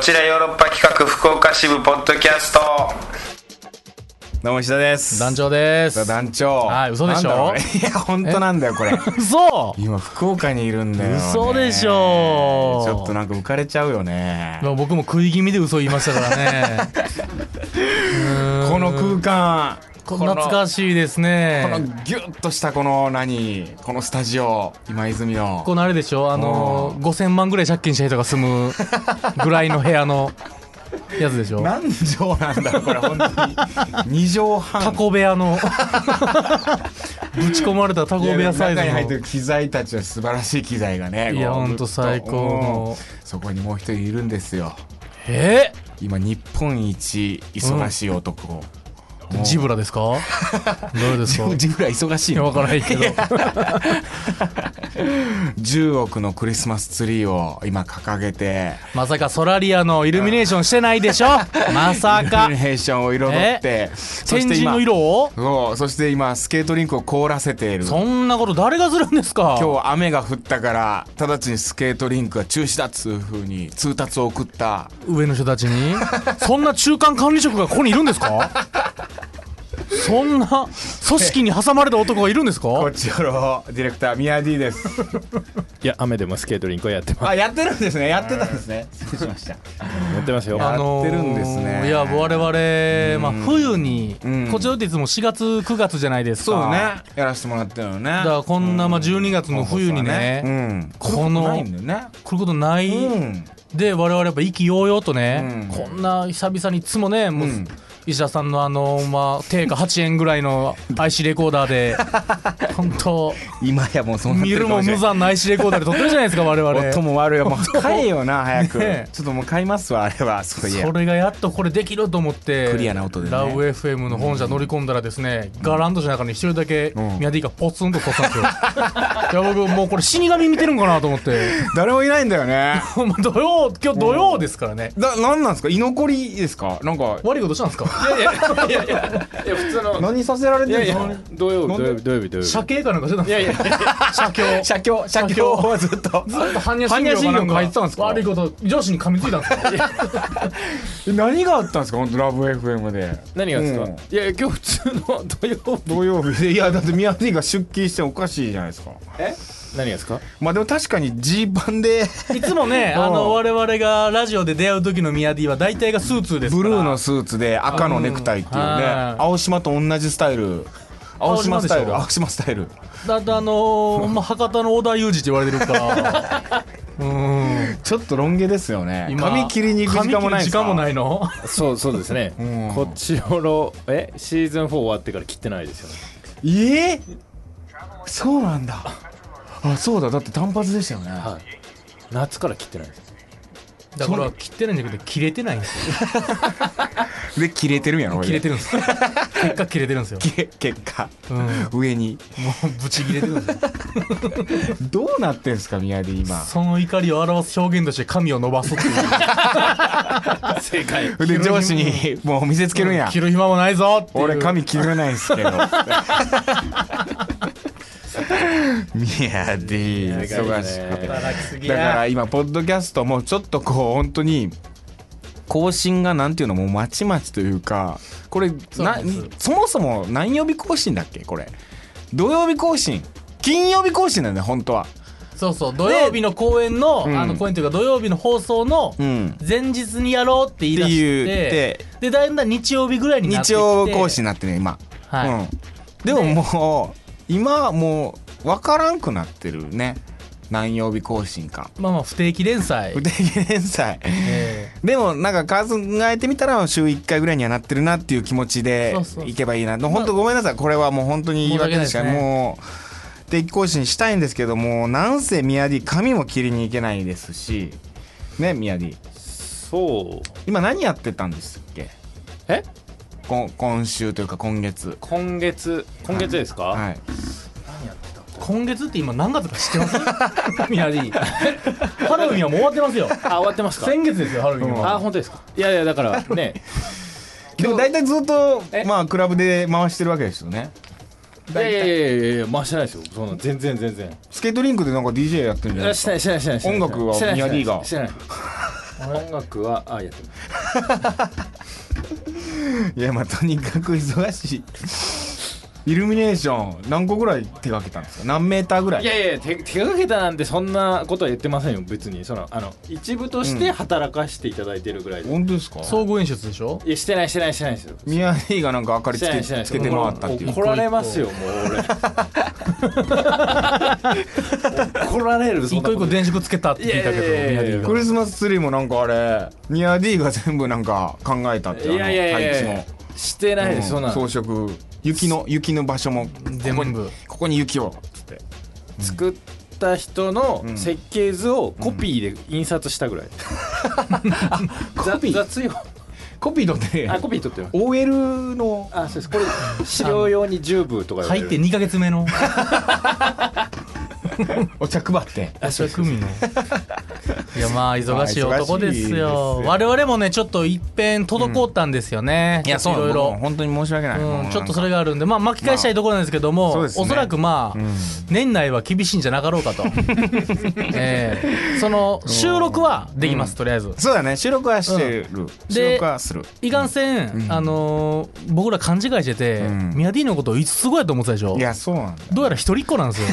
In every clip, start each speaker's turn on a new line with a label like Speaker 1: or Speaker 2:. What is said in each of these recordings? Speaker 1: ちらヨーロッパ企画福岡支部ポッドキャストどうも石田です
Speaker 2: 団長です。
Speaker 1: 団長
Speaker 2: はい嘘でしょ
Speaker 1: なんだろうねいや本当なんだよこれ
Speaker 2: 嘘
Speaker 1: 今福岡にいるんだよ、ね、
Speaker 2: 嘘でしょ
Speaker 1: ちょっとなんか浮かれちゃうよね
Speaker 2: もう僕も食い気味で嘘言いましたからね。
Speaker 1: この空間
Speaker 2: こ懐かしいです
Speaker 1: この
Speaker 2: ね。
Speaker 1: ギュッとしたこの何このスタジオ今泉の
Speaker 2: ここのあれでしょあの、5000万ぐらい借金した人が住むぐらいの部屋のやつでしょ
Speaker 1: 何畳なんだろうこれ本当に2畳半
Speaker 2: タコ部 屋の。ぶち込まれたタコ
Speaker 1: いや
Speaker 2: 部屋サイ
Speaker 1: 中に入っ
Speaker 2: ズ
Speaker 1: て
Speaker 2: の
Speaker 1: る。機材たちは素晴らしい機材がね
Speaker 2: いや
Speaker 1: こう
Speaker 2: ほんと最高の
Speaker 1: うんそこにもう一人いるんですよ
Speaker 2: え
Speaker 1: 今日本一忙しい男、
Speaker 2: ージブラですかどれですかい
Speaker 1: ジブラ忙しい
Speaker 2: や、わ
Speaker 1: の
Speaker 2: からないけど。
Speaker 1: 10億のクリスマスツリーを今掲げて
Speaker 2: まさかソラリアのイルミネーションしてないでしょまさ
Speaker 1: イル
Speaker 2: か
Speaker 1: ミ。ネーションを彩ってそ
Speaker 2: 天
Speaker 1: して
Speaker 2: 神
Speaker 1: 今
Speaker 2: の色を
Speaker 1: そうそして今スケートリンクを凍らせている
Speaker 2: そんなこと誰がするんですか
Speaker 1: 今日雨が降ったから直ちにスケートリンクが中止だっつうふうに通達を送った
Speaker 2: 上の人たちにそんな中間管理職がここにいるんですかそんな組織に挟まれた男がいるんです
Speaker 1: こ
Speaker 2: か
Speaker 1: ちよろディレクターミヤディです
Speaker 3: いや、雨でもスケートリンクはやってます。
Speaker 1: あ、やってるんですね。やってたんですね。失礼しました。
Speaker 3: やってますよ。
Speaker 1: や
Speaker 3: あ
Speaker 2: ー
Speaker 1: ってるんですね
Speaker 2: いや我々、まあ、冬に、
Speaker 1: ん
Speaker 2: こちらっていつも4月9月じゃないですか
Speaker 1: そうね。やらせてもらってるのね。
Speaker 2: だからこんな、まあ、12月の冬にね
Speaker 1: うん。
Speaker 2: この
Speaker 1: ないんだよね。
Speaker 2: 来ることない、
Speaker 1: うん。
Speaker 2: で我々やっぱ意気揚々とね、
Speaker 1: うん
Speaker 2: こんな久々にいつもねもう、
Speaker 1: ん
Speaker 2: 石田さんのあのまあ定価8円ぐらいの IC レコーダ ーで本当
Speaker 1: 今やもうそんな
Speaker 2: 見るも無残な IC レコーダーで撮ってるじゃないですか我々
Speaker 1: 音も悪いよ。もう買えよな、早く。
Speaker 2: ねえ
Speaker 1: ちょっともう買いますわ、あれは。そういや
Speaker 2: そ。れがやっとこれできると思って
Speaker 1: クリアな音でね
Speaker 2: ラウ FM の本社乗り込んだらですね、ガランドの中に一人だけ
Speaker 1: ん
Speaker 2: ミヤディがポツンと撮ったんですよ いや僕もうこれ死神見てるんかなと思って
Speaker 1: 誰もいないんだよね。
Speaker 2: ほんま土曜今日土曜ですからね、
Speaker 1: だ、なんなんですか居残りですかなんか、
Speaker 2: 悪いことしたんですか
Speaker 3: いやいや、いや、普通の。
Speaker 1: 何させられ
Speaker 3: い
Speaker 1: て
Speaker 3: やい
Speaker 1: る
Speaker 3: や
Speaker 1: の、
Speaker 3: 土曜
Speaker 1: な
Speaker 3: 日、
Speaker 1: んで
Speaker 3: 土曜日、土曜日、土曜日
Speaker 2: 社。刑かなんかしてたん
Speaker 3: い
Speaker 2: で
Speaker 3: や
Speaker 2: すか
Speaker 3: いや、
Speaker 2: 社協
Speaker 1: 写経、写経はずっと。
Speaker 2: ずっと般若心経かなんか入ってたんですか悪いこと上司に噛みついたんですか
Speaker 1: 何があったんですか本当ラブ FM で。
Speaker 3: 何がですか
Speaker 1: うん。
Speaker 3: いや、今日普通の土曜日。
Speaker 1: 土曜日で。いや、だってミヤディが出勤しておかしいじゃないですか。
Speaker 3: 何がですか。
Speaker 1: まあでも確かにジーパンで。
Speaker 2: いつもねあの我々がラジオで出会う時のミヤディは大体がスーツですか
Speaker 1: ブ
Speaker 2: ら
Speaker 1: ルーのスーツで赤のネクタイっていうね、
Speaker 2: うんはい
Speaker 1: 青島と同じスタイル青島スタイル青
Speaker 2: 青
Speaker 1: 島スタイル
Speaker 2: だってあのー ほんま博多の織田裕二って言われてるから うーん
Speaker 1: ちょっとロン毛ですよね
Speaker 2: 今
Speaker 1: 髪切りに行く時間もない
Speaker 2: 髪
Speaker 1: です
Speaker 2: 切る時間もないいの
Speaker 3: そう、そうですね
Speaker 1: うん。
Speaker 3: こっちよろ、え、シーズン4終わってから切ってないですよね。
Speaker 1: えーそうなんだあそうだだって単発でしたよね、
Speaker 3: はい。夏から切ってないです。
Speaker 2: だから切ってないんじゃなくて切れてないんですよ
Speaker 1: で切れてるんやろ
Speaker 2: 切れてるんですよ 結果切れてるんですよ、
Speaker 1: る結果
Speaker 2: うん、も
Speaker 1: 上に
Speaker 2: うブチ切れてるん ですよ
Speaker 1: どうなってんすか宮で今
Speaker 2: その怒りを表す表現として髪を伸ばす っていう
Speaker 3: 正解。
Speaker 1: で上司にもう見せつけるんや、
Speaker 2: 切る暇もないぞっていう
Speaker 1: 俺髪切れないん すけど宮で忙しかった
Speaker 2: 働きすぎ
Speaker 1: だ
Speaker 2: や
Speaker 1: から今ポッドキャストもちょっとこう本当に更新がなんていうのもうまちまちというかこれ
Speaker 2: そう
Speaker 1: な
Speaker 2: なんです
Speaker 1: そもそも何曜日更新だっけこれ土曜日更新金曜日更新なんだよ本当は
Speaker 2: そうそう土曜日の公演の、
Speaker 1: うん
Speaker 2: あの公演というか土曜日の放送の
Speaker 1: うん
Speaker 2: 前日にやろうって言い出して
Speaker 1: って
Speaker 2: でだんだん日曜日ぐらいになって
Speaker 1: 日
Speaker 2: きて
Speaker 1: 曜更新になってね今、
Speaker 2: はい
Speaker 1: うん、でももう今はもう分からんくなってるね何曜日更新か
Speaker 2: まあまあ不定期連載
Speaker 1: 不定期連載
Speaker 2: え
Speaker 1: でもなんか考えてみたら週1回ぐらいにはなってるなっていう気持ちで
Speaker 2: そうそう
Speaker 1: いけばいいなと本当ごめんなさいこれはもう本当に言い訳ですから
Speaker 2: 申し訳
Speaker 1: もう定期更新したいんですけどもなんせ宮ディ髪も切りに行けないですしね宮ディ
Speaker 3: そう。
Speaker 1: 今何やってたんですっけ
Speaker 3: え、
Speaker 1: こ今週というか今月
Speaker 3: 今月、今月ですか。
Speaker 1: はい
Speaker 2: ー今月って今何月か知ってますミヤディハロウィンはもう終わってますよ
Speaker 3: あ、終わってますか。
Speaker 2: 先月ですよハロウィン
Speaker 3: あ、
Speaker 2: は、
Speaker 3: 本当ですか。いやいや、だから、ね。
Speaker 1: でも大体ずっと
Speaker 3: え
Speaker 1: まあクラブで回してるわけですよね
Speaker 3: いやいやいやいやいや、回してないですよ。そんな、全然全然。
Speaker 1: スケートリンクでなんか DJ やってるんじゃないですか
Speaker 3: してないしてないしてないしてない
Speaker 1: 音楽は
Speaker 3: してない
Speaker 1: ミヤディが
Speaker 3: してない音楽はあやってます
Speaker 1: いやまあとにかく忙しいイルミネーション何個ぐらい手掛けたんですか何メーターぐらい
Speaker 3: いやいや手手がけたなんてそんなことは言ってませんよ別にそのあの一部として働かせていただいてるぐらいで、い
Speaker 1: 本当ですか
Speaker 2: 総合演出でしょ
Speaker 3: やしてないしてないしてないですよ
Speaker 1: ミヤディがなんか明かり
Speaker 3: し
Speaker 1: つ
Speaker 3: てな
Speaker 1: け
Speaker 3: いしてない
Speaker 1: つけて回ったっていう
Speaker 3: 怒られますよもう俺 怒られるそん
Speaker 2: 一
Speaker 3: な
Speaker 2: 個一
Speaker 3: こと
Speaker 2: 個電飾つけたって聞いたけど
Speaker 3: いやいやいやいや
Speaker 2: 宮城が
Speaker 1: クリスマスツリーもなんかあれミヤディが全部なんか考えたって
Speaker 3: いやいやいや
Speaker 1: あ
Speaker 3: い
Speaker 1: の
Speaker 3: や
Speaker 1: 配
Speaker 3: してないで
Speaker 1: 置
Speaker 3: す、そんな
Speaker 1: の、うん
Speaker 3: の
Speaker 1: 装飾雪の雪の場所も
Speaker 2: 全部
Speaker 1: ここに雪をつって
Speaker 3: 作った人の
Speaker 1: うん
Speaker 3: 設計図をコピーで印刷したぐらい、ざ雑用
Speaker 1: コピー取って
Speaker 3: あコピー取ってます
Speaker 1: OL の
Speaker 3: あそうですこれ資料用に10部とか
Speaker 2: 入って2ヶ月目の
Speaker 1: お茶配って
Speaker 3: あそうです
Speaker 2: 組のいやまあ忙しい男です
Speaker 1: まあ忙しいで
Speaker 2: よ
Speaker 1: すよ
Speaker 2: 我々もねちょっといっぺん滞ったんですよね、ちょっといろい
Speaker 1: 僕も
Speaker 2: ろ
Speaker 1: 本当に申し訳ないもうな
Speaker 2: う
Speaker 1: んん
Speaker 2: ちょっとそれ
Speaker 1: が
Speaker 2: があるんでまあ巻き返したいところなんですけども、
Speaker 1: そうですね
Speaker 2: おそらくまあ、
Speaker 1: うん
Speaker 2: 年内は厳しいんじゃなかろうか と、ええその収録はできます、とりあえず
Speaker 1: そうだね収録はしてる収録はする
Speaker 2: いかんせん、あのー僕ら勘違いしてて、
Speaker 1: うん
Speaker 2: ミヤディのこといつすごいやと思ってたでしょ
Speaker 1: いやそうなんだよ
Speaker 2: どうやら一人っ子なん ですよ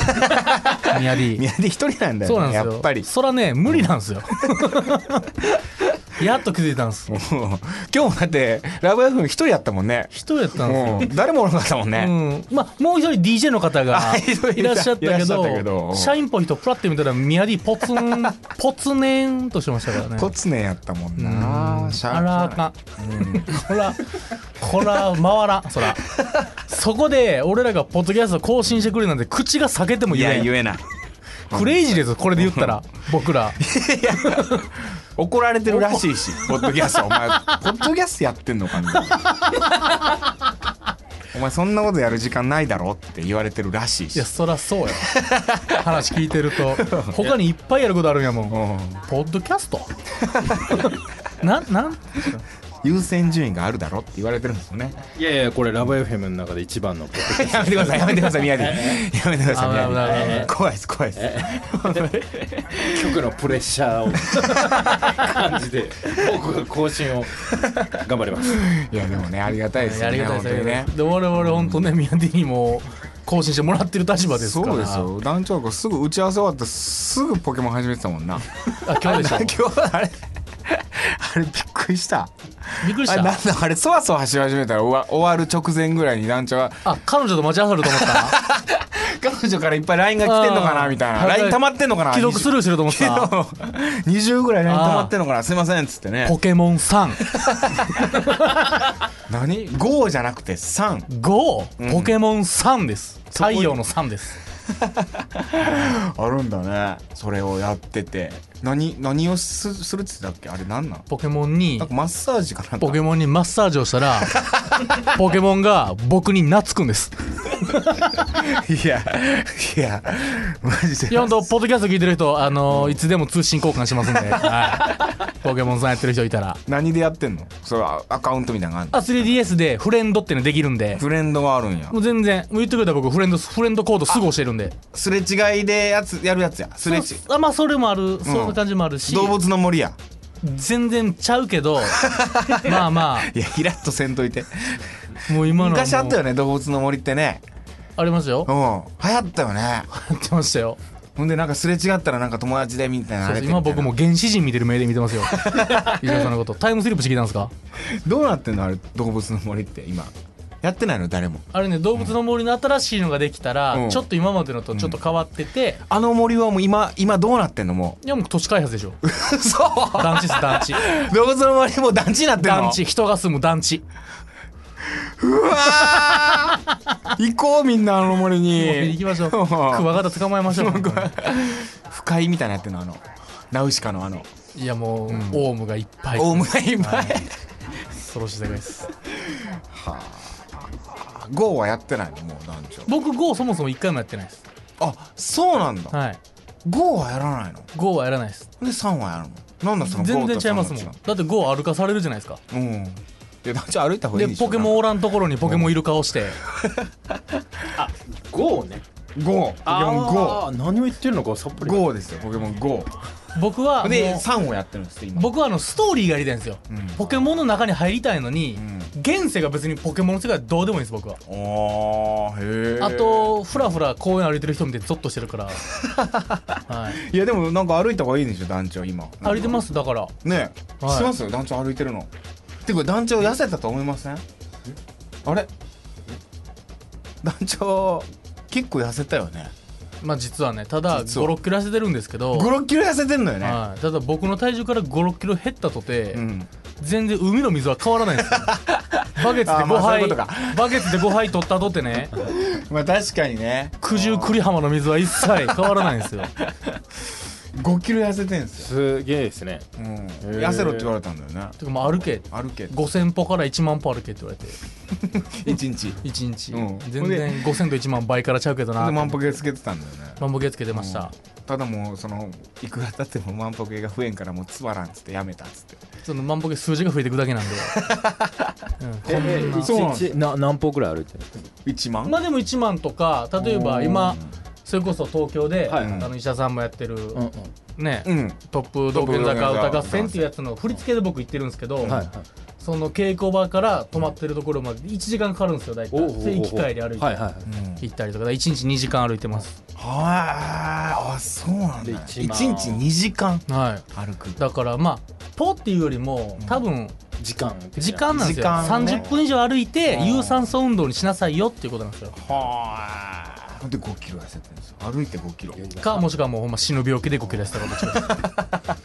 Speaker 2: ミヤディ
Speaker 1: ミヤディ一人なんだ
Speaker 2: そう
Speaker 1: よ
Speaker 2: なん
Speaker 1: ね
Speaker 2: です
Speaker 1: や
Speaker 2: よ
Speaker 1: っぱり
Speaker 2: そらね無理なんですよやっと気づいたんです
Speaker 1: もう今日もだってラブ f フ一人やったもんね
Speaker 2: 一人やったんですよ
Speaker 1: もう誰もおらなかったもんね、
Speaker 2: うん、まあもう一人 DJ の方がいらっしゃった
Speaker 1: いら
Speaker 2: け
Speaker 1: っしゃ
Speaker 2: ど
Speaker 1: ったけど
Speaker 2: 社員っぽい人プラって見たらミヤディポツ ンポツネンとしてましたからね
Speaker 1: コツネやったもん
Speaker 2: あ
Speaker 1: なしゃ
Speaker 2: あらあ
Speaker 1: しゃ
Speaker 2: かん、ほらほら回らんそらそこで俺らがポッドキャスト更新してくれなんて口が裂けても
Speaker 1: い
Speaker 2: 言
Speaker 1: や
Speaker 2: えん
Speaker 1: 言えない
Speaker 2: クレイジーですよこれで言ったら僕ら
Speaker 1: 怒られてるらしいしポッドキャストお前ポッドキャストやってんのか みたいなお前そんなことやる時間ないだろって言われてるらしい
Speaker 2: い
Speaker 1: し
Speaker 2: やそらそうよ話聞いてると他にいっぱいやることあるんやもん
Speaker 1: うん
Speaker 2: ポッドキャストなんなん
Speaker 1: 優先順位があるだろって言われてるんですよね
Speaker 3: いやいやこれラブ FM の中で一番のポッドキャスト
Speaker 1: やめてくださいやめてください宮城 やめてください
Speaker 2: 危ない危ない危な
Speaker 1: 宮
Speaker 2: い
Speaker 1: 城怖いです怖いです
Speaker 3: 局のプレッシャーを 感じて僕が更新を頑張ります
Speaker 1: いやでもねありがたいです
Speaker 2: や
Speaker 1: よ
Speaker 2: り
Speaker 1: ね
Speaker 2: がたい
Speaker 1: 本当にね
Speaker 2: ですで我々本当ねミヤディにも更新してもらってる立場ですから
Speaker 1: そうですよ団長がすぐ打ち合わせ終わってすぐポケモン始めてたもんな
Speaker 2: あ今日でしょ
Speaker 1: 今日あれあれびっくりした
Speaker 2: びっくりし
Speaker 1: あれ
Speaker 2: た
Speaker 1: なんだあれそわそわし始めたら終わ終わる直前ぐらいに団長が
Speaker 2: あ彼女と待ち合わせると思った
Speaker 1: 彼女からいっぱい LINE が来てんのかなみたいな LINE 溜まってんのかな
Speaker 2: 既読スルーしてると思っ
Speaker 1: 昨
Speaker 2: た
Speaker 1: 日20ぐらい LINE 溜まってんのかなすいませんっつってね
Speaker 2: ポケモン35
Speaker 1: 何 ?5 じゃなくて3
Speaker 2: ポケモン3です太陽の3です
Speaker 1: あるんだねそれをやってて何何をすするっつってたっけあれ何なん
Speaker 2: ポケモンに
Speaker 1: なんかマッサージかなんか
Speaker 2: ポケモンにマッサージをしたら ポケモンが僕に懐くんです
Speaker 1: いやいやマジ
Speaker 2: い
Speaker 1: で
Speaker 2: や本当ポッドキャスト聞いてる人あのーいつでも通信交換しますんで、はい、ポケモンさんやってる人いたら
Speaker 1: 何でやってんのそれはアカウントみたいなのがあんの
Speaker 2: あ 3DS でフレンドってのできるんで
Speaker 1: フレンドがあるんや
Speaker 2: もう全然もう言ってくれたら僕フレンドフレンドコードすぐ教えるんです
Speaker 1: れ違いでやつやるやつやすれ違い
Speaker 2: そうあまあそれもある、そんな感じもあるし
Speaker 1: 動物の森や
Speaker 2: 全然ちゃうけどまあま
Speaker 1: いやイラッとせんといて
Speaker 2: あもう今のはもう
Speaker 1: 昔あったよね動物の森ってね
Speaker 2: ありますよ
Speaker 1: うん流行ったよね
Speaker 2: やってましたよ
Speaker 1: ほんでなんかすれ違ったらなんか友達でみたいな
Speaker 2: そう
Speaker 1: あ
Speaker 2: そ
Speaker 1: れ
Speaker 2: う
Speaker 1: で
Speaker 2: 今
Speaker 1: みたいな
Speaker 2: 僕もう原始人見てる目で見て ますよ伊沢さんのことタイムスリップしてきたんですか
Speaker 1: どうなってんのあれ動物の森って今やってないの誰も
Speaker 2: あれね動物の森の新しいのができたら、
Speaker 1: うん
Speaker 2: ちょっと今までのとちょっと変わってて、
Speaker 1: あの森はもう今今どうなってんのも
Speaker 2: いやもう都市開発 でしょ
Speaker 1: うそう
Speaker 2: 団地です団地
Speaker 1: 動物の森もう団地になってんの
Speaker 2: 団地人が住む団地
Speaker 1: うわー行こうみんなあの森に
Speaker 2: 行きましょうクワガタ捕まえましょう
Speaker 1: 不快みたいなやってんのあのナウシカのあの
Speaker 2: いやもう、オウムがいっぱい
Speaker 1: オウムがいっぱい
Speaker 2: 恐ろしい世界です
Speaker 1: ゴーはやってないのもう団長
Speaker 2: 僕 GO そもそも一回もやってないです
Speaker 1: あそうなんだ
Speaker 2: はい
Speaker 1: ゴーはやらないの
Speaker 2: GO はやらないです
Speaker 1: で3はやるのなんだその
Speaker 2: 全
Speaker 1: ゴー
Speaker 2: 然
Speaker 1: と
Speaker 2: ちゃいますもん
Speaker 1: 三
Speaker 2: だ
Speaker 1: は
Speaker 2: って GO 歩かされるじゃないですか
Speaker 1: 違ううんいや団長歩いた方がい
Speaker 2: で
Speaker 1: いでしょ
Speaker 2: ポケモンおらんところにポケモンいる顔して
Speaker 3: 5ね
Speaker 1: ゴーポケモンゴ
Speaker 3: あー何を言ってるのかさっ
Speaker 1: ー
Speaker 3: ぱり
Speaker 1: ゴーですよポケモンゴー
Speaker 2: 僕はも
Speaker 1: で
Speaker 2: う
Speaker 1: 3をやってるんです今
Speaker 2: 僕はあのストーリーがやりたいんですよ、
Speaker 1: うん
Speaker 2: ポケモンの中に入りたいのに、
Speaker 1: う
Speaker 2: 現世が別にポケモンの世界はどうでもいいんです僕は
Speaker 1: あーへえ
Speaker 2: あとふらふら公園歩いてる人見てゾッとして るから、はい、
Speaker 1: いやでもなんか歩いた方がいいでしょ団長今
Speaker 2: 歩いてますすだから
Speaker 1: ねえ、
Speaker 2: はい
Speaker 1: 知ってます団長歩いてるのてか団長痩せたと思いませんあれ団長結構痩せたよね
Speaker 2: まあ実はねただ
Speaker 1: 実は
Speaker 2: 56キロ痩せてるんですけど、
Speaker 1: 5 6キロ痩せてんのよね、
Speaker 2: はい、ただ僕の体重から56キロ減ったとて、
Speaker 1: うん
Speaker 2: 全然海の水は変わらないん ですよバケツで
Speaker 1: あーま
Speaker 2: 5
Speaker 1: あそうい
Speaker 2: 杯
Speaker 1: うことか
Speaker 2: バケツで5杯取ったとってね
Speaker 1: まあ確かにね
Speaker 2: 九十九里浜の水は一切変わらないんで すよ
Speaker 1: 5キロ痩せてんすよ、
Speaker 3: すげえですね
Speaker 1: うん、
Speaker 3: ー
Speaker 1: 痩せろって言われたんだよね
Speaker 2: てかまあ歩け
Speaker 1: 歩け
Speaker 2: 5000歩から1万歩歩けって言われて
Speaker 1: 1日
Speaker 2: 1日、
Speaker 1: うん
Speaker 2: 全然5000と1万倍からちゃうけどな
Speaker 1: で万歩計つけてたんだよね
Speaker 2: 万歩計つけてました、
Speaker 1: ただもうそのいくら経っても万歩計が増えんからもうつまらんっつってやめたっつって
Speaker 2: その万歩計数字が増えていくだけ なんで、うんこんな
Speaker 1: ーそうなんです
Speaker 3: 一日な何歩くらい歩いてる
Speaker 1: 1万、
Speaker 2: まあでも1万とか例えば今それこそ東京で、
Speaker 3: はい
Speaker 2: あの医者さんもやってる、
Speaker 3: うんうん
Speaker 2: ね、
Speaker 1: うん
Speaker 2: トップ道玄坂歌合戦っていう
Speaker 1: ト
Speaker 2: やつの振り付けで僕行ってるんですけど、
Speaker 3: はい
Speaker 2: その稽古場から泊まってるところまで1時間かかるんですよ大体で行き帰り歩いて、
Speaker 3: はいはいは
Speaker 1: うん
Speaker 2: 行ったりとか1日2時間歩いてます
Speaker 1: はいあそうなんだ
Speaker 3: で
Speaker 1: 1
Speaker 3: 1万
Speaker 1: 日2時間
Speaker 2: は
Speaker 1: 歩く
Speaker 2: いだからまあポっていうよりも多分
Speaker 3: い時間的な
Speaker 2: 時間なんです
Speaker 1: 時
Speaker 2: よ、
Speaker 1: 間をね
Speaker 2: 30分以上歩いて
Speaker 1: うん
Speaker 2: 有酸素運動にしなさいよっていうことなんですよ
Speaker 1: はあで5キロ痩せてるんですよ歩いて5キロ
Speaker 2: かもしくはもうほんま死ぬ病気でゴキ出したかどっ ちか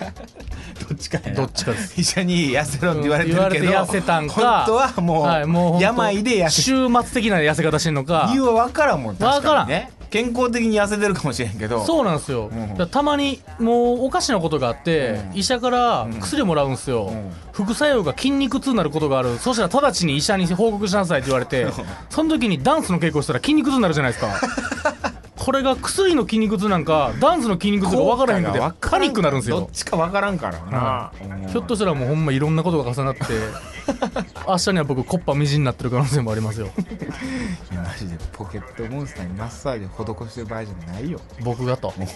Speaker 1: どっちかやな
Speaker 2: どっちかです
Speaker 1: 医者に痩せろって言われてるけど、
Speaker 2: うん言われて痩せたんか
Speaker 1: 本当はもう,、
Speaker 2: はいもうほんと
Speaker 1: 病で痩せ
Speaker 2: 週末的な痩せ方してんのか
Speaker 1: 理由は分からんもん確かに
Speaker 2: わ
Speaker 1: ね健康的に痩せてるかもしれんけど
Speaker 2: そうなんですよ、
Speaker 1: うん
Speaker 2: だからたまにもうおかしなことがあって、
Speaker 1: うん
Speaker 2: 医者から薬もらうんすよ、
Speaker 1: ん
Speaker 2: 副作用が筋肉痛になることがあるそしたら直ちに医者に報告しなさいって言われてその時にダンスの稽古したら筋肉痛になるじゃないです かこれが薬の筋肉痛なんかダンスの筋肉痛が分からへんく
Speaker 1: 効
Speaker 2: て
Speaker 1: 果が分
Speaker 2: パニックになるんです
Speaker 1: ど
Speaker 2: よ
Speaker 1: っちか分からんからな、うん
Speaker 2: ひょっとしたらもうほんまいろんなことが重な って明日には僕コッパみじんになってる可能性もありますよ
Speaker 1: いやマジでポケットモンスターにマッサージ施してる場合じゃないよ
Speaker 2: 僕がと
Speaker 1: も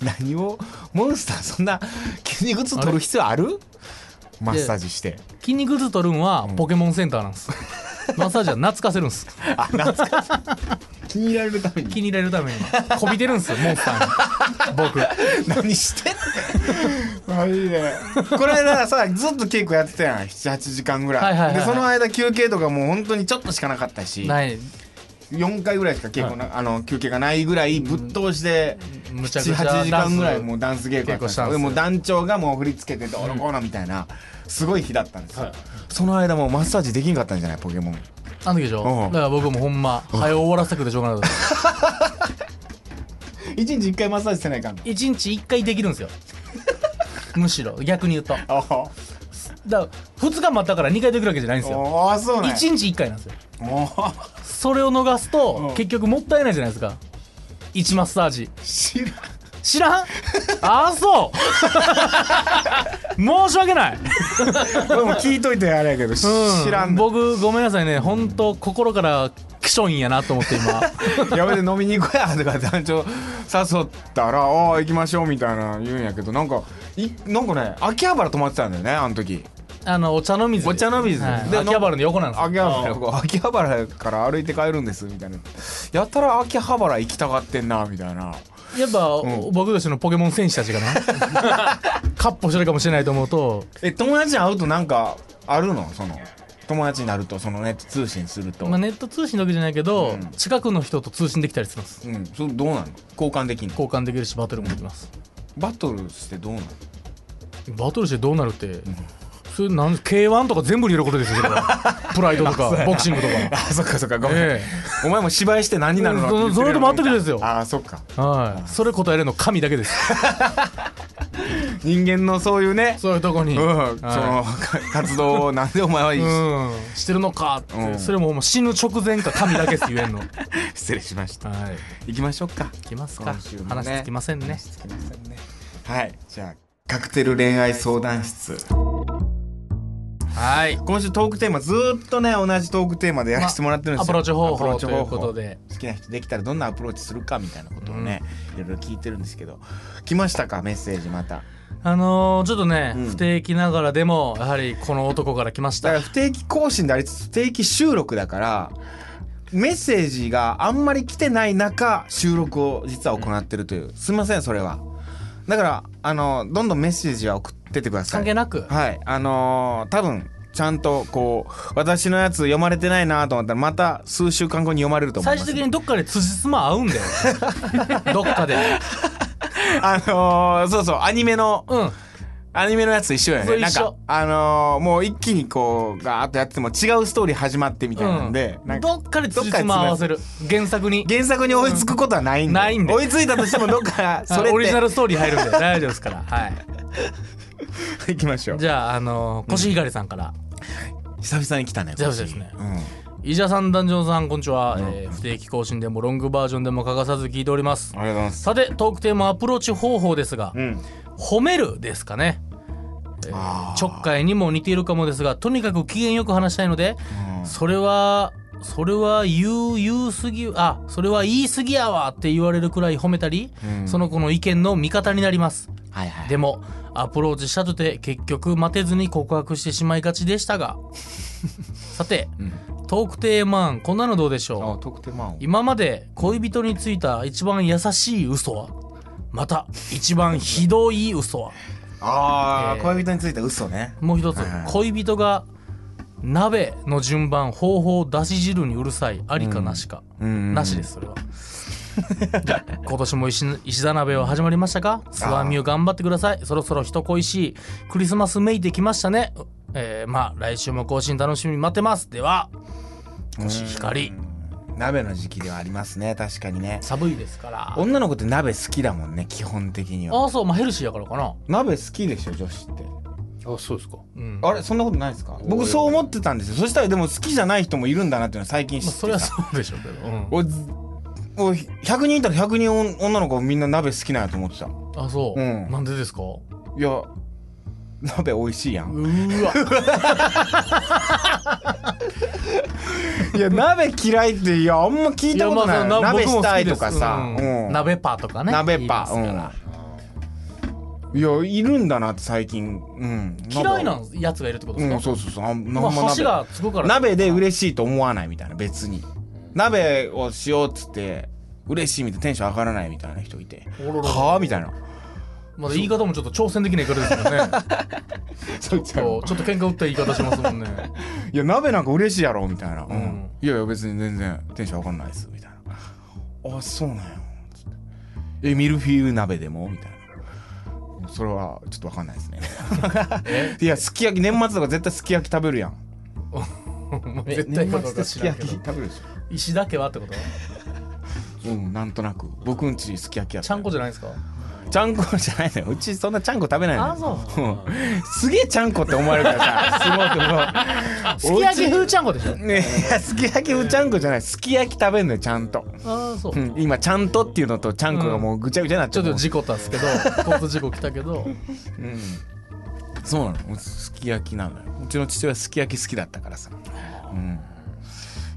Speaker 1: う何をモンスターそんな筋肉痛取る必要あるマッサージして
Speaker 2: 筋肉痛取るんはポケモンセンターな んです、マッサージは懐かせるんです
Speaker 1: あ懐かしい気に入られるため
Speaker 2: 気
Speaker 1: に
Speaker 2: に入れるためにこびてるんですよモンスターに僕
Speaker 1: 何してんのマジでこの間さずっと稽古やってたやん78時間ぐらい,、
Speaker 2: はいはいはいはい
Speaker 1: でその間休憩とかもう本当にちょっとしかなかったし
Speaker 2: ない
Speaker 1: 4回ぐらいしか稽古な、あの休憩がないぐらいぶっ通して
Speaker 2: むちゃくちゃ
Speaker 1: 78時
Speaker 2: ダンス
Speaker 1: 間ぐらいもうダンス稽古やったんです
Speaker 2: 稽古したん
Speaker 1: よ
Speaker 2: です
Speaker 1: で
Speaker 2: よ
Speaker 1: もう団長がもう振り付けてどうのこうのみたいなすごい日だったんですよ、
Speaker 3: はい
Speaker 1: その間もうマッサージできんかったんじゃないポケモン
Speaker 2: あの時でしょ
Speaker 1: うん
Speaker 2: だから僕もほんま早終わらせたくてしょうがなかった
Speaker 1: 1日1回マッサージせないかんの
Speaker 2: 一日一回できるん ですよむしろ逆に言うとだか
Speaker 1: ああ
Speaker 2: ら2日待ったから2回できるわけじゃないんですよ
Speaker 1: おーそうなんや
Speaker 2: 1日1回なんですよ
Speaker 1: おー
Speaker 2: それを逃すと
Speaker 1: うん
Speaker 2: 結局もったいないじゃないですか1マッサージ
Speaker 1: 知らん
Speaker 2: 知ら んああそう申し訳ない
Speaker 1: 俺も聞いといてあれやけど、
Speaker 2: うん
Speaker 1: 知らんの
Speaker 2: 僕ごめんなさいね本当心からクションやなと思って今
Speaker 1: やめて飲みに行こうやとか団長誘ったら「ああ行きましょう」みたいな言うんやけどなんかいなんかね秋葉原泊まってたんだよねあの時
Speaker 2: あのお茶の水
Speaker 1: お茶の水
Speaker 2: はい
Speaker 1: で
Speaker 2: 秋葉原の横なんですよ
Speaker 1: 秋葉原こう秋葉原から歩いて帰るんですみたいなやたら秋葉原行きたがってんなみたいな
Speaker 2: やっぱ、
Speaker 1: ん
Speaker 2: 僕たちのポケモン選手たちが なカッポしてるかもしれないと思うと
Speaker 1: え友達に会うとなんかあるのその友達になるとそのネット通信すると、
Speaker 2: まあ、ネット通信だけじゃないけど、近くの人と通信できたりします
Speaker 1: うんそれどうなの交換できんの
Speaker 2: 交換できるしバトルもできます
Speaker 1: バトルしてどうな の
Speaker 2: バトルしてどうなるって、それなん K1 とか全部に入れることですよそ れはプライドとかボクシングとか
Speaker 1: あそっかそっかごめん、
Speaker 2: え
Speaker 1: お前も芝居して何になるの
Speaker 2: うん
Speaker 1: って言ってるようなもんか
Speaker 2: それと全くですよ
Speaker 1: ああそっか
Speaker 2: はいそれ答えるの神だけです
Speaker 1: 人間のそういうね
Speaker 2: そういうとこに、
Speaker 1: うん、
Speaker 2: はい
Speaker 1: そのか活動をなんでお前はいい、
Speaker 2: うんしてるのかって、
Speaker 1: うん
Speaker 2: それももう死ぬ直前か神だけです 言えんのはい
Speaker 1: 失礼しました行きましょうか
Speaker 2: いきますか、
Speaker 1: 今週もね
Speaker 2: 話つきませんね
Speaker 1: つきませんねはいじゃあカクテル恋愛相談室
Speaker 2: はい
Speaker 1: 今週トークテーマずーっとね同じトークテーマでやらせてもらってるんですよ、
Speaker 2: アプローチ方
Speaker 1: アプロー
Speaker 2: 法
Speaker 1: チ
Speaker 2: と
Speaker 1: 方
Speaker 2: いう
Speaker 1: 法
Speaker 2: ことで
Speaker 1: 好きな人できたらどんなアプローチするかみたいなことをね、いろいろ聞いてるんですけど来ましたかメッセージまた
Speaker 2: あのーちょっとね、
Speaker 1: うん
Speaker 2: 不定期ながらでもやはりこの男から来まし
Speaker 1: だから
Speaker 2: た
Speaker 1: 不定期更新でありつつ不定期収録だからメッセージがあんまり来てない中収録を実は行ってるという、すいませんそれはだからあのどんどんメッセージは送ってってください
Speaker 2: 関係なく
Speaker 1: はいあのー多分ちゃんとこう私のやつ読まれてないなと思ったらまた数週間後に読まれると思い
Speaker 2: 最
Speaker 1: ます
Speaker 2: 終的にどっかで辻褄合う んだよどっかで
Speaker 1: あのーそうそうアニメの
Speaker 2: うん
Speaker 1: アニメのやつと一緒や
Speaker 2: そう
Speaker 1: ね
Speaker 2: 一緒
Speaker 1: なんかあのーもう一気にこうガーッとやってても違うストーリー始まってみたいなんで、
Speaker 2: う
Speaker 1: なん
Speaker 2: ん、
Speaker 1: か
Speaker 2: どっかで辻褄合わせる原作に
Speaker 1: 原作に追いつくことはないんで,、
Speaker 2: うんないんで
Speaker 1: 追いついたとしてもどっ かそれ
Speaker 2: あオリジナ
Speaker 1: ル
Speaker 2: ルストーリー入 るんで大丈夫ですからはい
Speaker 1: 行きましょう
Speaker 2: じゃああのー、コシヒカリさんから、
Speaker 1: 久々に来たね
Speaker 2: 久々ですね
Speaker 1: うん、
Speaker 2: 伊者さん団長さんこんにちは、えー不定期更新でもロングバージョンでも欠かさず聞いております
Speaker 1: ありがとうございます
Speaker 2: さてトークテーマアプローチ方法ですが、
Speaker 1: うん
Speaker 2: 褒めるですかね、えー
Speaker 1: あー
Speaker 2: ちょっかいにも似ているかもですがとにかく機嫌よく話したいので、
Speaker 1: うん
Speaker 2: それはそれは言う言うすぎあそれは言いすぎやわって言われるくらい褒めたり、
Speaker 1: うん
Speaker 2: その子の意見の味方になります
Speaker 1: はいはい
Speaker 2: でもアプローチしたとて結局待てずに告白してしまいがちでし たがさて、トークテーマ案こんなのどうでしょう
Speaker 1: あ特定マン
Speaker 2: 今まで恋人についた一番優しい嘘はまた一番ひどい嘘は
Speaker 1: ああ、
Speaker 2: えー
Speaker 1: 恋人について嘘ね
Speaker 2: もう一つ
Speaker 1: はいはい
Speaker 2: 恋人が鍋の順番方法だし汁にうるさいありかなしか、
Speaker 1: うん
Speaker 2: なしですそれは じゃあ今年も石石田鍋は始まりましたかスワミュー頑張ってくださいそろそろ人恋しいクリスマスめいてきましたねえーまあ来週も更新楽しみに待ってますではコシヒカリ
Speaker 1: 鍋の時期ではありますね確かにね
Speaker 2: 寒いですから
Speaker 1: 女の子って鍋好きだもんね基本的には
Speaker 2: ああそうまあヘルシーやからかな
Speaker 1: 鍋好きでしょ女子って
Speaker 3: あそうですか
Speaker 2: うん
Speaker 1: あれそんなことないですか
Speaker 3: おいお
Speaker 1: 僕
Speaker 3: い
Speaker 1: そう思ってたんですよそしたらでも好きじゃない人もいるんだなっていうのは最近知
Speaker 2: ま
Speaker 1: っ
Speaker 2: あ、
Speaker 1: てた、
Speaker 2: それはそうでしょうけど、うん
Speaker 1: 俺ず俺100人いたら100人お女の子みんな鍋好きなんやと思ってた
Speaker 2: あそう、
Speaker 1: うん
Speaker 2: なんでですか
Speaker 1: いや鍋美味しいやん
Speaker 2: うーわ
Speaker 1: い や鍋嫌いっていやあんま聞いたことない
Speaker 2: やまあ
Speaker 1: 鍋
Speaker 2: 僕も好き
Speaker 1: したい
Speaker 2: で
Speaker 1: と
Speaker 2: す
Speaker 1: かさ、
Speaker 2: うん
Speaker 1: うん
Speaker 2: 鍋パーとかね
Speaker 1: 鍋パ
Speaker 2: 言いますから
Speaker 1: うんいやいるんだなって最近、うん、
Speaker 2: 嫌いなやつがいるってことで
Speaker 1: う
Speaker 2: すか、
Speaker 1: んそうそうそうあん
Speaker 2: ま
Speaker 1: な
Speaker 2: あ、
Speaker 1: んま鍋
Speaker 2: 箸がつくから
Speaker 1: 鍋で嬉しいと思わないみたいな別に鍋をしようっつって嬉しいみたいなテンション上がらないみたいな人いて
Speaker 2: おろろ
Speaker 1: はあみたいな
Speaker 2: まだ言い方もちょっと挑戦できないからですも んね
Speaker 1: そいつら
Speaker 2: そうちょっと喧嘩打った言い方しますもん ね
Speaker 1: いや鍋なんか嬉しいやろみたいな、うん
Speaker 2: うん
Speaker 1: いやいや別に全然テンション上がんないですみたいなあそうなんやつってえミルフィーユ鍋でもみたいなそれはちょっとわかんない ですねいやすき焼き年末とか絶対すき焼き食べるやん
Speaker 2: 絶対
Speaker 1: 年
Speaker 2: こと
Speaker 1: 末っ
Speaker 2: か
Speaker 1: て
Speaker 2: 知
Speaker 1: すき
Speaker 2: らん
Speaker 1: 焼
Speaker 2: け
Speaker 1: き
Speaker 2: ど
Speaker 1: 食べるでし
Speaker 2: 石だけはってこと
Speaker 1: ょうんなんとなく僕んちすき焼きやった
Speaker 2: ちゃんこじゃないですか
Speaker 1: ちゃんこじゃないのようちそんなちゃんこ食べないのよ
Speaker 2: あそう
Speaker 1: うんすげえちゃんこって思われるからさすごい
Speaker 2: すき焼き風ちゃんこでしょ
Speaker 1: ねいやすき焼きうちゃんこじゃないすき焼き食べんのよちゃんと、
Speaker 2: ああそう、
Speaker 1: うん今ちゃんとっていうのとちゃんこがもうぐちゃぐちゃになっち
Speaker 2: ち
Speaker 1: ゃ
Speaker 2: ょ
Speaker 1: う
Speaker 2: っと事故ったっすけど交通事故来たけど
Speaker 1: うんそうなのもうすき焼きなのようちの父親すき焼き好きだったからさうん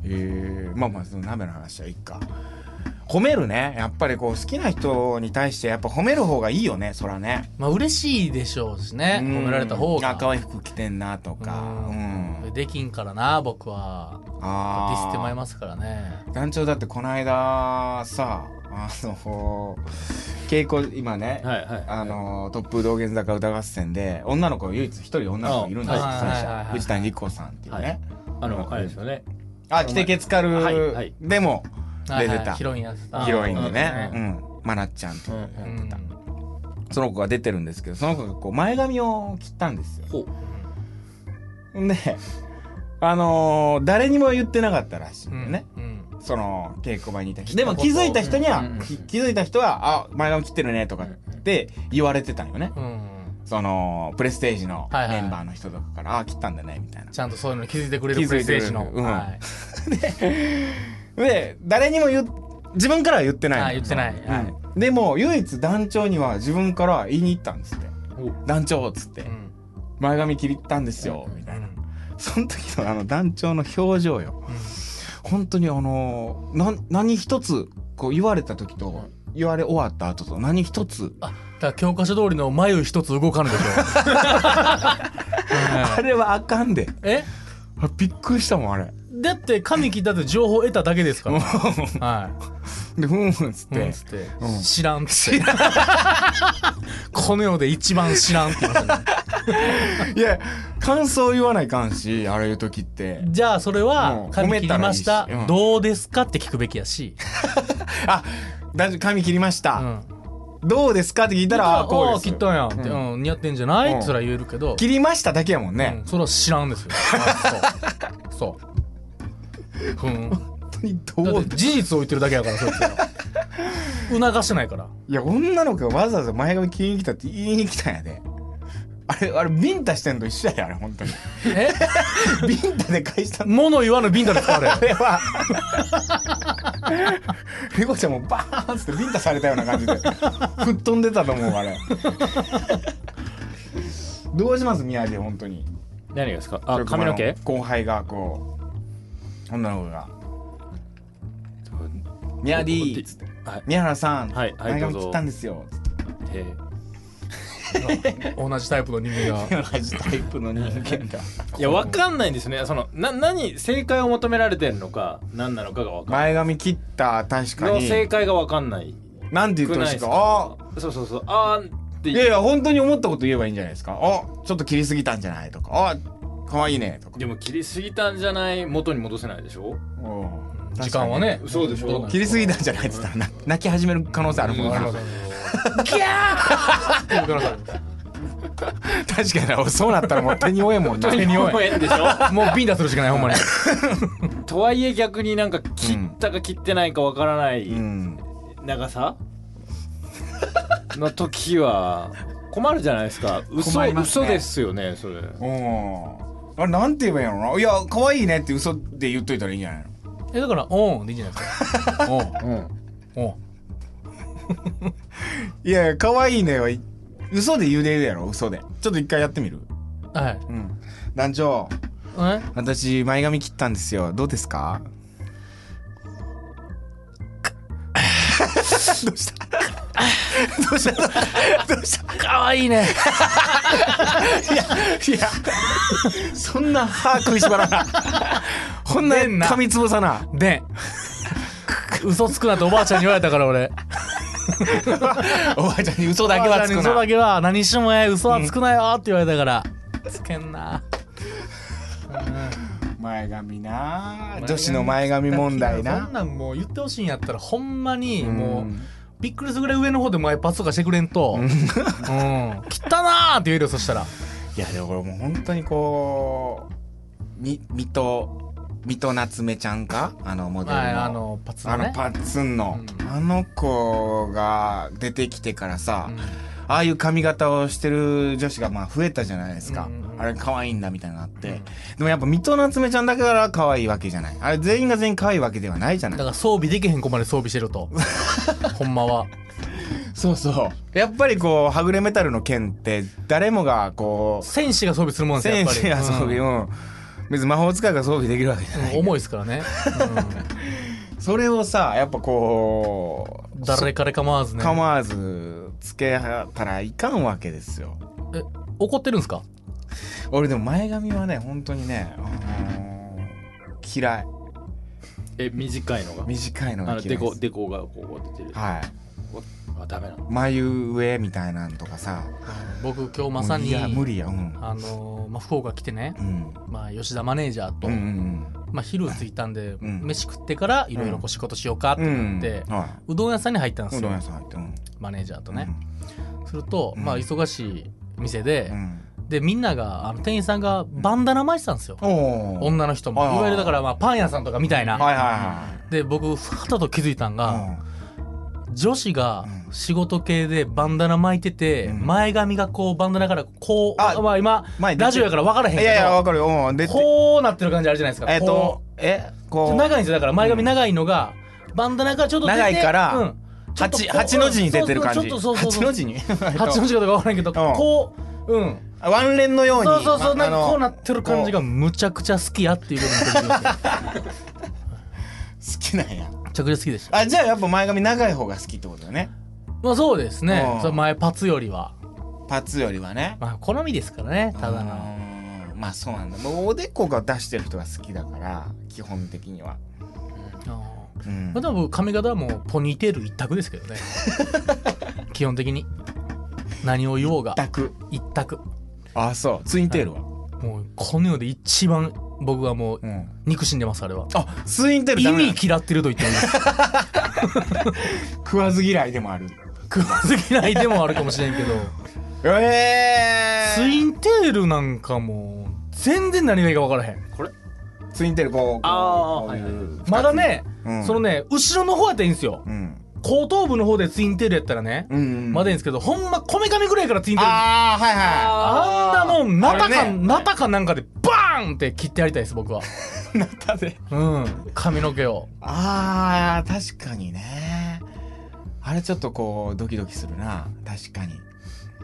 Speaker 1: えー、まあまあその鍋の話はいいか褒めるねやっぱりこう好きな人に対してやっぱ褒める方がいいよねそらね
Speaker 2: まあ嬉しいでしょうしね
Speaker 1: うん
Speaker 2: 褒められた方が
Speaker 1: あ可愛い服着てんなとか
Speaker 2: う
Speaker 1: うん
Speaker 2: ん、できんからな僕はデ
Speaker 1: あ
Speaker 2: ィスってまいり
Speaker 1: ま
Speaker 2: ますからね
Speaker 1: 団長だってこの間さあの稽古今ね、
Speaker 3: はいはい
Speaker 1: あの突風道玄坂歌合戦で女の子唯一一人女の子いるんですよ
Speaker 3: あ
Speaker 2: は
Speaker 1: 出演
Speaker 2: い
Speaker 1: 者
Speaker 2: はいはいはい
Speaker 1: 藤谷莉子さんっていうね、
Speaker 3: あのあれですよね
Speaker 1: あ来てケツカル、
Speaker 3: はいはい
Speaker 1: でも
Speaker 2: はい
Speaker 1: 出
Speaker 2: は
Speaker 1: て
Speaker 2: い
Speaker 1: た、
Speaker 2: ヒロインやってた
Speaker 1: ヒロインでね
Speaker 3: あ、
Speaker 1: う
Speaker 3: ー
Speaker 1: ん、まなっちゃんっていうう、
Speaker 2: うんん
Speaker 1: その子が出てるんですけどその子がこう前髪を切ったんですよ
Speaker 3: ほう
Speaker 1: であのー誰にも言ってなかったらしいんだよね、
Speaker 2: うん
Speaker 1: その稽古場にいた人でも気づいた人には、
Speaker 3: うん
Speaker 1: き気づいた人は「あ前髪切ってるね」とかって言われてたんよね、
Speaker 2: うん
Speaker 1: そのプレステージの
Speaker 2: はいはい
Speaker 1: メンバーの人とかから「あ切ったんだね」みたいな。
Speaker 2: ちゃんとそういうのに気づいてくれる
Speaker 1: 気
Speaker 2: プ
Speaker 1: づ
Speaker 2: レ
Speaker 1: い
Speaker 2: ス
Speaker 1: てくれる
Speaker 2: テージの、
Speaker 1: うん
Speaker 2: はい
Speaker 1: で誰にも言う自分からは言ってないの
Speaker 2: あ言ってな
Speaker 1: う
Speaker 2: い、
Speaker 1: ん
Speaker 2: はい、
Speaker 1: でも唯一団長には自分から言いに行ったんですって
Speaker 3: ほう
Speaker 1: 「団長」っつって
Speaker 2: うん
Speaker 1: 「前髪切ったんですよ」み
Speaker 2: う
Speaker 1: たいなんその時のあの団長の表情よ、本当にあのなん何一つこう言われた時と言われ終わった後と何一つ
Speaker 2: あだから教科書通りの眉一つ動かぬでしょ
Speaker 1: あれはあかんで
Speaker 2: え
Speaker 1: あびっくりしたもんあれ
Speaker 2: だって髪切ったって情報得ただけですからは
Speaker 1: でふんふんっつっ
Speaker 2: い
Speaker 1: て、
Speaker 2: うんつって
Speaker 1: うん
Speaker 2: 知らんっつって この世で一番知らんって言いましたね
Speaker 1: いや感想言わないかんしあれいう時って
Speaker 2: じゃあそれ
Speaker 1: う
Speaker 2: は
Speaker 1: ん
Speaker 2: 髪切りました
Speaker 1: 褒めたらいいしうん
Speaker 2: どうですかって聞くべきやし
Speaker 1: あ団長髪切りまし
Speaker 2: う
Speaker 1: た、
Speaker 2: ん
Speaker 1: どうですかって聞いたらああこうです
Speaker 2: 切ったんやって、
Speaker 1: うん
Speaker 2: うん似合ってんじゃない、
Speaker 1: うん
Speaker 2: ってそれは言えるけど、
Speaker 1: 切りましただけやもん
Speaker 2: う
Speaker 1: ね
Speaker 2: ん、それは知らんですよ あそうそうふーん
Speaker 1: 本当にどう
Speaker 2: だって事実を言ってるだけやからそいつは促してないから
Speaker 1: いや女の子がわざわざ前髪切りに来たって言いに来たんやであれあれビンタしてんと一緒やであれ本当に
Speaker 2: え
Speaker 1: ビンタで返したの
Speaker 2: 物言わぬビンタですかあれ
Speaker 1: あ れはペコちゃんもバーンっつってビンタされたような感じで吹っ飛んでたと思うあれどうします宮治本当に
Speaker 3: 何がですかあ髪の毛
Speaker 1: 後輩がこう女の子が「宮治
Speaker 3: おお
Speaker 1: ー」つって「宮原さん、
Speaker 3: はいはい
Speaker 1: 前髪
Speaker 3: どうぞ
Speaker 1: 切ったんですよ」つって
Speaker 3: えー
Speaker 2: 同じタイプの人間が
Speaker 1: 同じタイプの人間だ
Speaker 3: いや分かんないんですねそのな何正解を求められてるのか何なのかが分かんない
Speaker 1: 前髪切った確か
Speaker 3: の
Speaker 1: に
Speaker 3: 正解が分かんない
Speaker 1: なんて言ってほしいですかあ
Speaker 3: そうそうそうあーって
Speaker 1: いやいや本当に思ったこと言えばいいんじゃないですかあちょっと切りすぎたんじゃないとかあ可愛いねとか
Speaker 3: でも切りすぎたんじゃない元に戻せないでし
Speaker 1: う
Speaker 3: ょ
Speaker 1: ん
Speaker 2: 時間はね
Speaker 3: そうでしょ
Speaker 2: どうなん
Speaker 1: 切りすぎたんじゃないって言ったらな泣き始める可能性あるもんな
Speaker 2: うん
Speaker 1: 確
Speaker 2: ギャー って言うから
Speaker 1: か
Speaker 2: さ
Speaker 1: に俺そうなったらもう手に負えんもんな
Speaker 3: 本当に応援でしょ
Speaker 2: もうビンタするしかないほんまに
Speaker 3: とはいえ逆になんか切ったか切ってないかわからない
Speaker 1: うん
Speaker 3: 長さ、の時は困るじゃないですか嘘
Speaker 1: 困ります
Speaker 3: 嘘
Speaker 1: ね
Speaker 3: ですよねそれ
Speaker 1: うんあれなんて言えばいいんやろないや可愛いねって嘘で言っといたらいいんじゃないの
Speaker 2: えだから「オン」でいいんじゃないですか「オン
Speaker 3: うん」
Speaker 2: オン
Speaker 1: いやいや可愛いねはい嘘で言うでるやろ嘘でちょっと一回やってみる
Speaker 2: はい
Speaker 1: うん団長
Speaker 2: え
Speaker 1: 私前髪切ったんですよどうですか どうしたどうした どうした
Speaker 2: かわいいね
Speaker 1: いやそんな歯食いしばらなこんな
Speaker 2: 出んな
Speaker 1: 噛みつぶさな
Speaker 2: で嘘つくなっておばあちゃんに言われたから俺
Speaker 1: おばあちゃんに嘘だけはつく
Speaker 2: 嘘
Speaker 1: な
Speaker 2: だけは何してもええ嘘はつくなよって言われたから、つけんな
Speaker 1: 前髪な女子の前髪問題
Speaker 2: そ
Speaker 1: なん
Speaker 2: なんもう言ってほしいんやったらほんまにもう、
Speaker 1: うん
Speaker 2: びっくりするぐらい上の方で前パスとかしてくれんと「うん、切ったな!」って言えるよそしたら
Speaker 1: いやでもこれもう本当にこうみ水戸水戸夏目ちゃんかあのモデルの,、
Speaker 2: はいあのパツ
Speaker 1: あ
Speaker 2: のね
Speaker 1: のパッツンの、
Speaker 2: うん
Speaker 1: あの子が出てきてからさ、
Speaker 2: うん
Speaker 1: ああいう髪型をしてる女子がまあ増えたじゃないですか、
Speaker 2: うん
Speaker 1: あれ可愛いんだみたいなのあって、
Speaker 2: うん
Speaker 1: でもやっぱ水戸夏目ちゃんだから可愛いわけじゃないあれ全員が全員可愛いわけではないじゃな
Speaker 2: だ
Speaker 1: い
Speaker 2: から装備できへん子まで装備して るとほんまは
Speaker 1: そうそうやっぱりこうはぐれメタルの剣って誰もがこう
Speaker 2: 戦士が装備するもんですよ
Speaker 1: 戦
Speaker 2: やっぱり
Speaker 1: 士や装備、
Speaker 2: う
Speaker 1: うんん別に魔法使いが装備できるわけじゃない、
Speaker 2: うん重いですからね、
Speaker 1: それをさやっぱこ
Speaker 2: う、
Speaker 1: うん
Speaker 2: 誰彼構わずね
Speaker 1: 構わずつけたらいかんわけですよ
Speaker 2: え怒ってるんですか
Speaker 1: 俺でも前髪はね本当にね、あのー嫌い
Speaker 3: え短いのが
Speaker 1: 短いの
Speaker 3: あ
Speaker 1: が
Speaker 3: の
Speaker 1: 嫌
Speaker 3: デ
Speaker 1: いで
Speaker 3: コ
Speaker 1: す
Speaker 3: デコがこう出てる
Speaker 1: はい
Speaker 3: あダメなの
Speaker 1: 眉上みたいなんとかさ
Speaker 2: 僕今日まさ
Speaker 1: もう
Speaker 2: に
Speaker 1: いや無理やうん
Speaker 2: あのーまあ、福岡来てね、
Speaker 1: うん
Speaker 2: まあ、吉田マネージャーと、
Speaker 1: うんうん
Speaker 2: まあ、昼着いたんで、
Speaker 1: ん
Speaker 2: 飯食ってからいろいろこう仕事しようかって
Speaker 1: うん
Speaker 2: なって、
Speaker 1: うんは
Speaker 2: うどん屋さんに入ったんで
Speaker 1: い
Speaker 2: す
Speaker 1: う
Speaker 2: よ
Speaker 1: どん屋さん入ってうん
Speaker 2: マネージャーとね、すると、まあ、忙しい店で
Speaker 1: う、ん
Speaker 2: でみんながあの店員さんがバンダナ巻いてたんですよ、
Speaker 1: おお
Speaker 2: 女の人も、
Speaker 1: はいはい
Speaker 2: いわゆるだから、まあ、パン屋さんとかみたいな、
Speaker 1: はいは
Speaker 2: で僕ふとと気づいたん
Speaker 1: いはい
Speaker 2: が、女子が
Speaker 1: うん
Speaker 2: 仕事系でバンダナ巻いてて、
Speaker 1: うん前
Speaker 2: 前髪がこうバンダナからこう
Speaker 1: あ
Speaker 2: まあ、今
Speaker 1: 前出て
Speaker 2: ラジオやから分からへん
Speaker 1: うん
Speaker 2: けど
Speaker 1: いやいやわかるようんで
Speaker 2: こうなってる感じあるじゃないですか
Speaker 1: えっと
Speaker 2: こ
Speaker 1: え
Speaker 2: う
Speaker 1: こう
Speaker 2: 長いんですよだから前髪長いのが、バンダナからちょっと出て
Speaker 1: 長いから
Speaker 2: うんちょっとこ
Speaker 1: 八
Speaker 2: う
Speaker 1: 八の字に出てる感じ
Speaker 2: そうそうちょっとそうそうそう
Speaker 1: 八の字に
Speaker 2: 八の字かどうか分からへんけど、
Speaker 1: ん
Speaker 2: こううん
Speaker 1: あワンレンのように
Speaker 2: そうそうそう
Speaker 1: ま
Speaker 2: な
Speaker 1: あ
Speaker 2: んか
Speaker 1: の
Speaker 2: こうなってる感じが
Speaker 1: こ
Speaker 2: むちゃくちゃ好きやっていうことに気づき ました
Speaker 1: う好きなんや
Speaker 2: めちゃくちゃ好きでした
Speaker 1: あじゃあやっぱ前髪長い方が好きってことだね
Speaker 2: まあそうです
Speaker 1: う
Speaker 2: ね
Speaker 1: ん
Speaker 2: それ前パツよりは
Speaker 1: パツよりはね
Speaker 2: まあ好みですからねただ
Speaker 1: う
Speaker 2: の
Speaker 1: ーんまあそうなんだもうおでこが出してる人が好きだから基本的には、
Speaker 2: うん
Speaker 1: うん
Speaker 2: まあ、でも僕髪型はもうポニーテール一択ですけどね 基本的に何を言おうが
Speaker 1: 択
Speaker 2: 一択
Speaker 1: あそうツインテールは、
Speaker 2: もうこの世で一番僕はもう
Speaker 1: うん
Speaker 2: 憎しんでますあれは
Speaker 1: あツインテール
Speaker 2: 意
Speaker 1: ダメなの
Speaker 2: 味嫌ってると言ってもいいです
Speaker 1: 食わず嫌いでもある
Speaker 2: 食わず嫌いでもあるかもしれんけど
Speaker 1: ええ
Speaker 2: ツインテールなんかもう全然何がいいか分からへん
Speaker 1: ツインテールこう
Speaker 3: あー
Speaker 1: こういう
Speaker 2: まだね、
Speaker 1: うん
Speaker 2: そのね後ろの方やったらいいんですよ
Speaker 1: うん
Speaker 2: 後頭部の方でツインテールやったらね、
Speaker 1: うんうん
Speaker 2: まだいいんですけどほんまこめかみぐらいからツインテールあ
Speaker 1: ああはいは
Speaker 2: んなもんなた
Speaker 1: あ
Speaker 2: か、
Speaker 1: れね
Speaker 2: なたかなんかでバーンって切ってやりたいです僕は
Speaker 1: いなったで
Speaker 2: うん髪の毛を
Speaker 1: あー確かにねあれちょっとこうドキドキするな確かに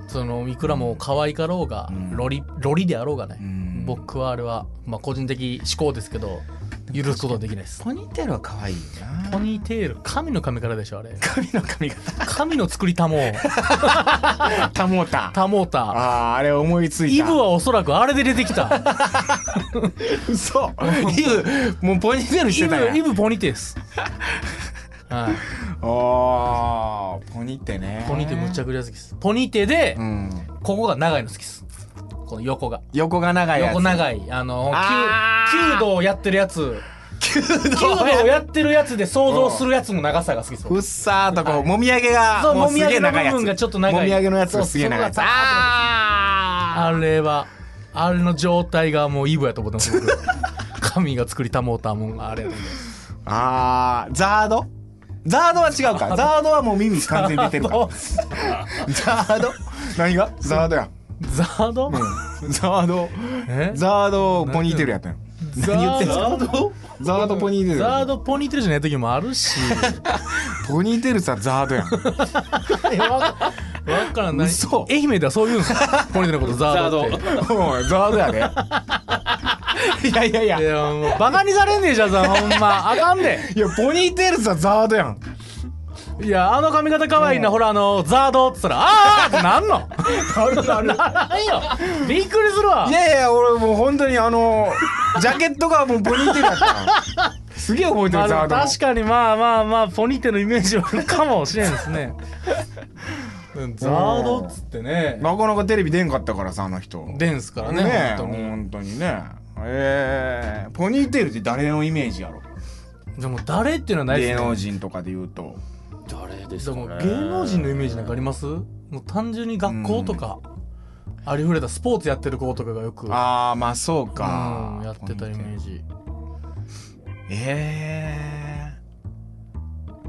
Speaker 2: そのいくらもう可愛かろうが、
Speaker 1: うん
Speaker 2: ロリロリであろうがね、
Speaker 1: うん
Speaker 2: 僕はあれは、まあ、個人的思考ですけど許すことはできないです
Speaker 1: ポニーテールは可愛いよな
Speaker 2: ポニーテール神の髪からでしょあれ
Speaker 1: 髪の髪型
Speaker 2: 神の作りたもう
Speaker 1: タモータ
Speaker 2: たもう
Speaker 1: あー
Speaker 2: た
Speaker 1: あれ思いついた
Speaker 2: イブはおそらくあれで出てきた
Speaker 1: 嘘イブもうポニーテールし
Speaker 2: イ
Speaker 1: てた
Speaker 2: ブイ
Speaker 1: よ
Speaker 2: ブポニテです、はい、
Speaker 1: あーポニーテね
Speaker 2: ポニテむちゃ
Speaker 1: く
Speaker 2: くちゃ好きですポニテで、
Speaker 1: うん
Speaker 2: ここが長いの好きですこの横が
Speaker 1: 横が長いやつ
Speaker 2: 横長いあの
Speaker 1: あー
Speaker 2: 弓道やってるやつ
Speaker 1: 弓
Speaker 2: 弓
Speaker 1: 道
Speaker 2: 道
Speaker 1: や
Speaker 2: やってるやつで想像するやつの長さが好きです
Speaker 1: うっさーとこうもみあげが
Speaker 2: そう
Speaker 1: もうすげえ長いやつ
Speaker 2: もみあげの部分がちょっと長い
Speaker 1: もみあげのやつがすげえ長いやつ
Speaker 2: そうそこがあ
Speaker 1: あー
Speaker 2: れはあれの状態がもうイブやと思ってます僕 神が作りたもうたもんがあれやと思ってます
Speaker 1: あーザードザードは違うかザードはもう耳完全に出てるからザード何がザードやん
Speaker 2: ザード、
Speaker 1: ザード
Speaker 2: え
Speaker 1: ザードポニーテールやったよ
Speaker 2: ザード
Speaker 1: 何言ってんすかザードポニーテール
Speaker 2: ザードポニーテールじゃない時もある し
Speaker 1: ポニーテールさザードやん
Speaker 2: えわわからない
Speaker 1: 嘘
Speaker 2: 愛媛ではそう言うんですかポニーテールのことザードって
Speaker 3: ザ
Speaker 1: おいザードやでいやいやいや
Speaker 2: い
Speaker 1: い
Speaker 2: やもうバカにされんねえじゃんさほんまあかんで
Speaker 1: やポニーテールさザードやん
Speaker 2: いやあの髪型可愛いな、ほらあのザードって言ったらあーあーってなんのなるなる ならんよびっくりするわ
Speaker 1: いやいや俺もう本当にあのジャケットがもうポニーテールだったのすげえ覚えて
Speaker 2: まあ
Speaker 1: るザ
Speaker 2: でも
Speaker 1: ードも
Speaker 2: 確かにまあまあまあポニーテのイメージはあるかもしれんですねうんザードっつってね
Speaker 1: なかなかテレビ出んかったからさあの人
Speaker 2: でんすからね
Speaker 1: ねえ
Speaker 2: 本当に
Speaker 1: 本当にねええポニーテールって誰のイメージやろ
Speaker 2: でも誰っていうのはないで
Speaker 1: 芸
Speaker 2: す
Speaker 1: 能人とかで言うと
Speaker 3: 誰です
Speaker 2: で
Speaker 3: かね
Speaker 2: も芸能人のイメージなんかありますもう単純に学校とかありふれたスポーツやってる子とかがよく
Speaker 1: ああまあそう
Speaker 2: う
Speaker 1: か
Speaker 2: んやってたイメージ
Speaker 1: ええ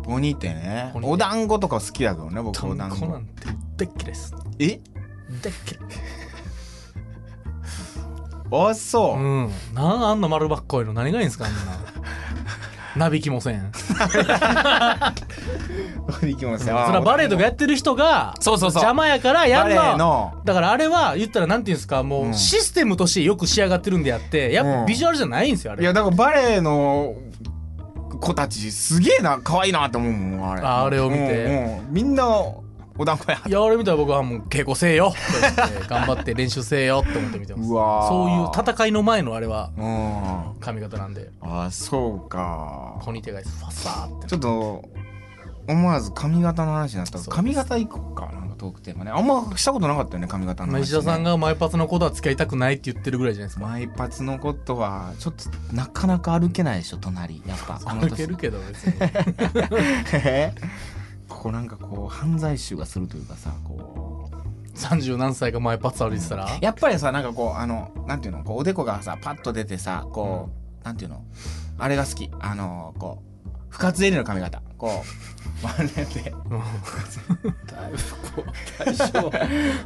Speaker 1: ポニーテールね
Speaker 2: ポニーテール
Speaker 1: お団子とか好きだけどね僕
Speaker 2: タ
Speaker 1: お
Speaker 2: ン
Speaker 1: 団
Speaker 2: コな
Speaker 1: 子
Speaker 2: んてでっきです
Speaker 1: え
Speaker 2: でっき
Speaker 1: あそううん
Speaker 2: なんあんな丸ばっこいの何がいいん すかあんななびきもせん
Speaker 1: 行きます
Speaker 2: それ
Speaker 1: よ
Speaker 2: はバレエとかやってる人が
Speaker 1: そうそうそう
Speaker 2: 邪魔やからや
Speaker 1: バレ
Speaker 2: ん
Speaker 1: エ
Speaker 2: の
Speaker 1: の
Speaker 2: だからあれは言ったらなんていうんですかも
Speaker 1: ん
Speaker 2: うシステムとしてよく仕上がってるんであってやっ
Speaker 1: う
Speaker 2: ぱ
Speaker 1: ん
Speaker 2: ビジュアルじゃないんですよあ
Speaker 1: い
Speaker 2: れ
Speaker 1: やだからバレエの子たちすげえな可愛いなって思うもんあれ
Speaker 2: ああれを見て
Speaker 1: うんうんみんなお団子や
Speaker 2: いや俺みたい僕はもう稽古せえよって思って頑張って練習せえよって思って見てます
Speaker 1: うわー
Speaker 2: そういう戦いの前のあれは
Speaker 1: うんあ
Speaker 2: 髪型なんで
Speaker 1: ーそうか
Speaker 2: ポニーテールがファサーって
Speaker 1: ちょっと思わず髪型の話になった
Speaker 2: そう
Speaker 1: 髪型いこうかなんかトークテーマねあんましたことなかったよね髪型の
Speaker 2: まあ
Speaker 1: 話、ね、
Speaker 2: 石田さんが前パツのことは付き合いたくないって言ってるぐらいじゃないですか
Speaker 1: 毎髪のことはちょっとなかなか歩けないでしょ隣やっぱこの
Speaker 2: 歩
Speaker 1: 年
Speaker 2: けるけど別に
Speaker 1: ここなんかこう犯罪集がするというかさこう
Speaker 2: 30何歳が前パツ歩いてたら
Speaker 1: やっぱりさなんかこうあのなんていうのこうおでこがさパッと出てさこう、なんていうのあれが好きあのこう深津絵里の髪型こうワ ンレンで
Speaker 3: だいぶこう大将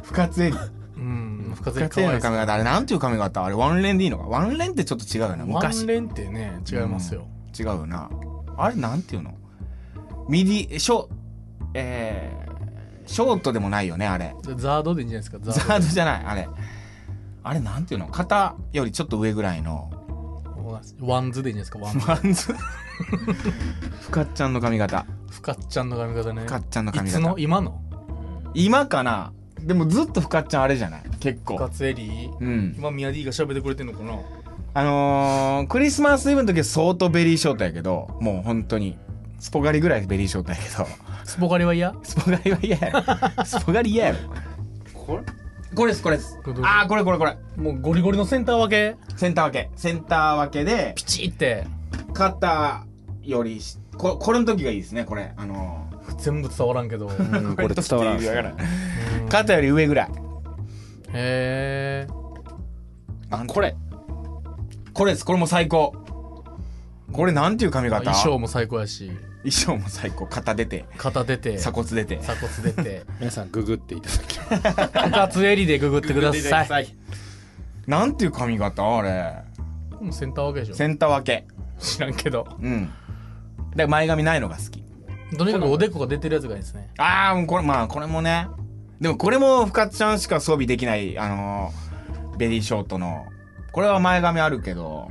Speaker 1: 深津絵里
Speaker 2: うん深
Speaker 1: 深津
Speaker 2: 津か
Speaker 1: 絵
Speaker 2: わ
Speaker 1: 里
Speaker 2: い
Speaker 1: の
Speaker 2: い
Speaker 1: 髪型あれなんていう髪型あれワンレンでいいのかワンレンってちょっと違うよな
Speaker 2: ワン
Speaker 1: 昔
Speaker 2: レンってね違いますよ、
Speaker 1: 違うよなあれなんていうのミディショえー、ショートでもないよねあれ
Speaker 2: ザードでいいんじゃないですかザ
Speaker 1: ザ
Speaker 2: ード
Speaker 1: ードじゃないあれあれなんていうの肩よりちょっと上ぐらいの
Speaker 2: ワンズでいいんですかワンズ
Speaker 1: ワンズふかっちゃんの髪型
Speaker 2: ふかっちゃんの髪型ね
Speaker 1: ふかっちゃんの髪
Speaker 2: いつ
Speaker 1: 型
Speaker 2: の今の
Speaker 1: 今かなでもずっとふかっちゃんあれじゃない結
Speaker 2: ふか
Speaker 1: 構
Speaker 2: つエリー
Speaker 1: うん
Speaker 2: 今宮 D が喋ってくれてんのかな
Speaker 1: あのー、クリスマスイブの時は相当ベリーショートやけどもう本当にスポガリぐらいベリーショートやけ ど
Speaker 2: スポガリは嫌
Speaker 1: スポガリは嫌や ろスポガリ嫌やろ
Speaker 3: これ
Speaker 1: これですこれです
Speaker 2: これどう
Speaker 1: ああこれこれこれ
Speaker 2: もうゴリゴリのセンター分け
Speaker 1: センター分けセンター分けで
Speaker 2: ピチって
Speaker 1: 肩よりしここれの時がいいですねこれあのー
Speaker 2: 全部伝わらんけど、へ
Speaker 3: これ伝わらんっすね
Speaker 1: 肩より上ぐらい
Speaker 2: え
Speaker 3: あこれ
Speaker 1: これですこれも最高これなんていう髪型
Speaker 2: 衣装も最高やし
Speaker 1: 衣装も最高肩出て
Speaker 2: 肩出て
Speaker 1: 鎖
Speaker 2: 鎖
Speaker 1: 骨出て
Speaker 2: 骨出て
Speaker 3: 皆さんググっていただき
Speaker 2: 部活襟でググってください
Speaker 3: い
Speaker 1: なんていう髪型あれ
Speaker 2: もうセンター分けでし
Speaker 1: センター分け
Speaker 2: ょ知らんけど
Speaker 1: うんで前髪ないのが好き
Speaker 2: とにかくおでこが出てるやつがいいですね
Speaker 1: ああもうこれまあこれもねでもこれも深津ちゃんしか装備できないあのーベリーショートのこれは前髪あるけど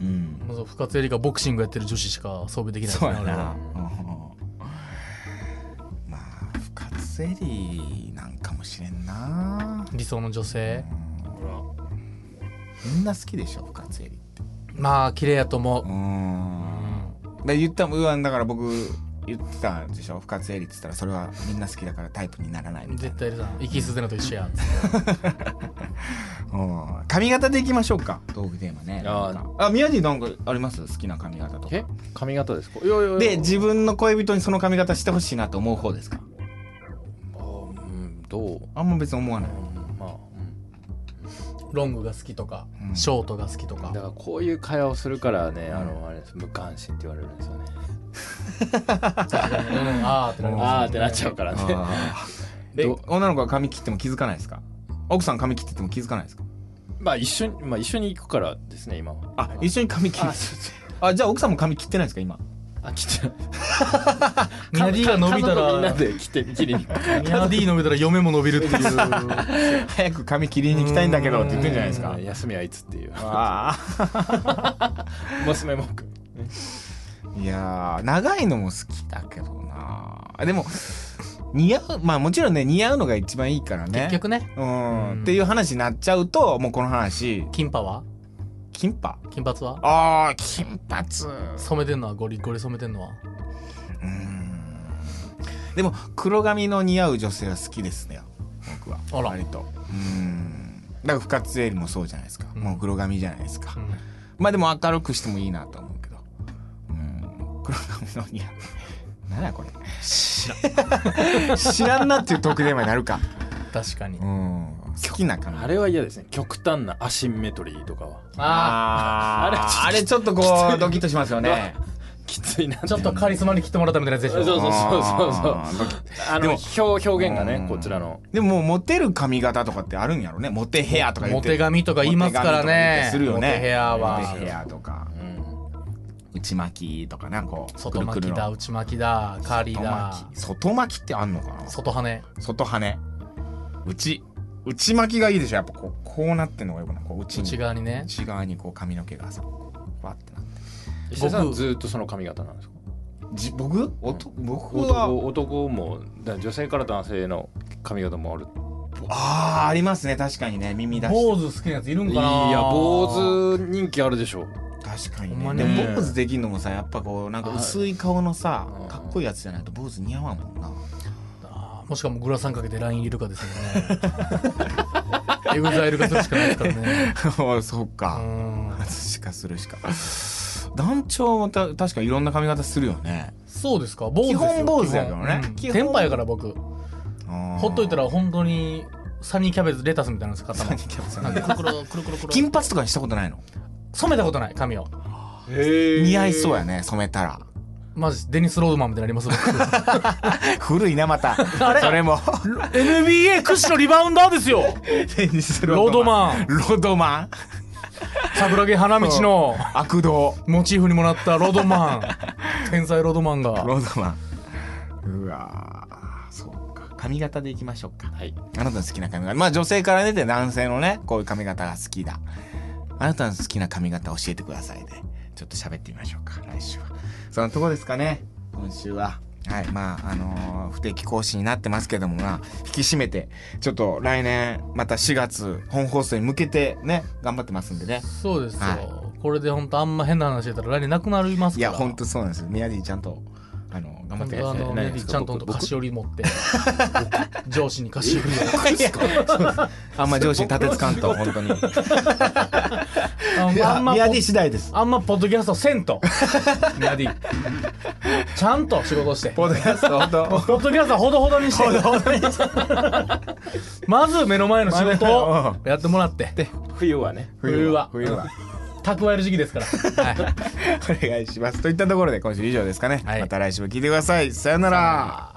Speaker 1: うん
Speaker 2: もうそう部活襟がボクシングやってる女子しか装備できないです
Speaker 1: そう
Speaker 2: ね
Speaker 1: や
Speaker 2: あれは
Speaker 1: な。うんまあ、深津エリーなんかもしれんな。
Speaker 2: 理想の女性
Speaker 1: みんな好きでしょ、深津エリーって。
Speaker 2: まあ綺麗やと思う
Speaker 1: う、ん。で言ったも、うわだから僕言ってたでしょ、深津エリーって言ったら、それはみんな好きだからタイプにならないみたい
Speaker 2: 絶
Speaker 1: な。
Speaker 2: 対いるさ息吸ってんのと一緒や
Speaker 1: うん髪型でいきましょうか、トークテーマね。
Speaker 3: あー
Speaker 1: なんかあ、宮地なんかあります好きな髪型とか
Speaker 3: え。髪型ですかいやいやいや
Speaker 1: で、自分の恋人にその髪型してほしいなと思う方ですか
Speaker 3: あーうんどう
Speaker 1: あんま別に思わない。
Speaker 3: うんまあうん
Speaker 2: ロングが好きとか、
Speaker 1: うん
Speaker 2: ショートが好きとか
Speaker 3: だからこういう会話をするからねあのあれです無関心って言われるんですよね
Speaker 2: うんあーってなります
Speaker 3: あーってなっちゃうからね
Speaker 1: あー
Speaker 3: で
Speaker 1: ど女の子が髪切っても気づかないですか奥さん髪切ってても気づかないですか
Speaker 3: まあ一緒にまあ一緒に行くからですね今は
Speaker 1: あ一緒に髪切る
Speaker 3: あそうそう
Speaker 1: あじゃあ奥さんも髪切ってないですか今
Speaker 3: あ来てない
Speaker 2: ミヤディが伸びた
Speaker 3: 家族みんな
Speaker 2: ら
Speaker 3: で来て切りに行く
Speaker 2: ミヤディ伸びたら嫁も伸びるっていう
Speaker 1: 早く髪切りに行きたいんだけどって言ってんじゃないですか
Speaker 3: うん休みはいつっていう
Speaker 1: あ
Speaker 3: 娘もく
Speaker 1: ーいやー長いのも好きだけどなでも似合うまあもちろんね似合うのが一番いいからね
Speaker 2: 結局ね
Speaker 1: うん
Speaker 2: うん
Speaker 1: っていう話になっちゃうともうこの話
Speaker 2: キンパは
Speaker 1: 金髪
Speaker 2: 金髪は
Speaker 1: あー金髪
Speaker 2: 染めてんのはゴリゴリ染めてんのは
Speaker 1: でも黒髪の似合う女性は好きですね僕は
Speaker 2: あら
Speaker 1: 割とうんだから深津絵里もそうじゃないですか、
Speaker 2: うん
Speaker 1: もう黒髪じゃないですか、
Speaker 2: うん
Speaker 1: まあでも明るくしてもいいなと思うけどうん黒髪の似合う何やこれ知らん知らんなっていう特ーマになるか
Speaker 2: 確かに
Speaker 1: うん好きな髪
Speaker 3: あれは嫌ですね極端なアシンメトリーとかは
Speaker 2: あ
Speaker 1: あーあれちょっとこうドキッとしますよね
Speaker 3: きついな
Speaker 2: あちょっとカリスマに切ってもらったみたいなやつでし
Speaker 3: そう
Speaker 2: ょ
Speaker 3: そうそうそう
Speaker 1: あードキッ
Speaker 3: あ
Speaker 1: で
Speaker 3: の
Speaker 1: も
Speaker 3: 表表現が
Speaker 1: うん
Speaker 3: ねこちらの
Speaker 1: でももうモテる髪型とかってあるんやろねモテヘアとか言
Speaker 2: モ
Speaker 1: って
Speaker 2: テ髪とか言いますか
Speaker 1: モテ髪と
Speaker 2: らね
Speaker 1: か言ったりするよね
Speaker 2: モテヘアは
Speaker 1: モテヘアとか
Speaker 3: うん
Speaker 1: 内巻きとかなんかこう
Speaker 2: 外巻きだ内巻きだカーリーだ
Speaker 1: 外巻き外巻きってあんのかな
Speaker 2: 外羽ね
Speaker 1: 外羽内内巻きがいいでしょやっぱこうこうなってんのがよくないこう内に
Speaker 2: 内側にね
Speaker 1: 内側にこう髪の毛がさわってなって
Speaker 3: 石田さん
Speaker 2: 僕
Speaker 3: ずっとその髪型なんですか
Speaker 1: じ僕おと僕は
Speaker 3: 男男もだ女性から男性の髪型もある
Speaker 1: ああありますね確かにね耳出して
Speaker 2: 坊主好きなやついるん
Speaker 3: い
Speaker 2: かない
Speaker 3: や坊主人気あるでしょ
Speaker 1: 確かに
Speaker 2: ほ
Speaker 1: ねで
Speaker 2: んまね
Speaker 1: も坊主できんのもさやっぱこうなんか薄い顔のさ
Speaker 3: はい
Speaker 1: かっこいいやつじゃないと坊主似合わんもんな
Speaker 2: あーもしかもグラサンかけてライン入れるかですよねエグザイルかするしかないですからね
Speaker 1: ああ そう
Speaker 2: う
Speaker 1: か
Speaker 2: ん
Speaker 1: 外しかするしか団長もた確かいろんな髪型するよね
Speaker 2: そうですか坊主ですよ
Speaker 1: 基本坊主やけどね基
Speaker 2: 基本うん
Speaker 1: 本
Speaker 2: 天パやから僕ほ
Speaker 1: ほ
Speaker 2: っといたら本当にサニーキャベツレタスみたいなんです 頭なんかくるくるくるくるくるくる
Speaker 1: 金髪とかにしたことないの
Speaker 2: 染めたことない髪を
Speaker 1: 似
Speaker 3: 似
Speaker 1: 合いそうやね染めたら
Speaker 2: マジデニス・ロードマンみたいになります僕
Speaker 1: 古いなまたそれ も
Speaker 2: NBA 屈指のリバウンダーですよ
Speaker 1: テニス
Speaker 2: ロードマン
Speaker 1: ロードマン
Speaker 2: 桜木花道の
Speaker 1: 悪童
Speaker 2: モチーフにもらったロード マン天才ロードマンが
Speaker 1: ロードマンうわーそうか髪型でいきましょうか
Speaker 3: はい
Speaker 1: あなたの好きな髪型まあ女性から出て男性のねこういう髪型が好きだあなたの好きな髪型教えてくださいでちょっと喋ってみましょうか来週はそのとこですかね今週ははいまああのー不定期更新になってますけどもまあ引き締めてちょっと来年また4月本放送に向けてね頑張ってますんでね
Speaker 2: そうですよ、
Speaker 1: は
Speaker 2: これで本当あんま変な話してたら来年なくなります
Speaker 1: い
Speaker 2: から
Speaker 1: や本当そうなんですよ宮地ちゃんとあの頑張
Speaker 2: 本
Speaker 1: って
Speaker 2: 当あ
Speaker 1: や
Speaker 2: の
Speaker 1: りた
Speaker 2: メ
Speaker 1: い
Speaker 2: デ
Speaker 1: で
Speaker 2: ィ
Speaker 1: す
Speaker 2: ちゃんと本当菓子折り持って上司に菓子折り
Speaker 1: あんま上司に立てつかんと 本当に
Speaker 2: をあんまあんま
Speaker 1: 宮地次第です
Speaker 2: あんまポッドキャストせんと宮ディちゃんと仕事して
Speaker 1: ポッドキャスト本当
Speaker 2: ポッドキャストはほどほどにして まず目の前の仕事をやってもらって
Speaker 3: 冬はね
Speaker 2: 冬は
Speaker 1: 冬は
Speaker 2: 蓄える時期ですから、はい、
Speaker 1: お願いしますといったところで今週以上ですかね、
Speaker 2: はい
Speaker 1: また来週も聞いてくださいさよなら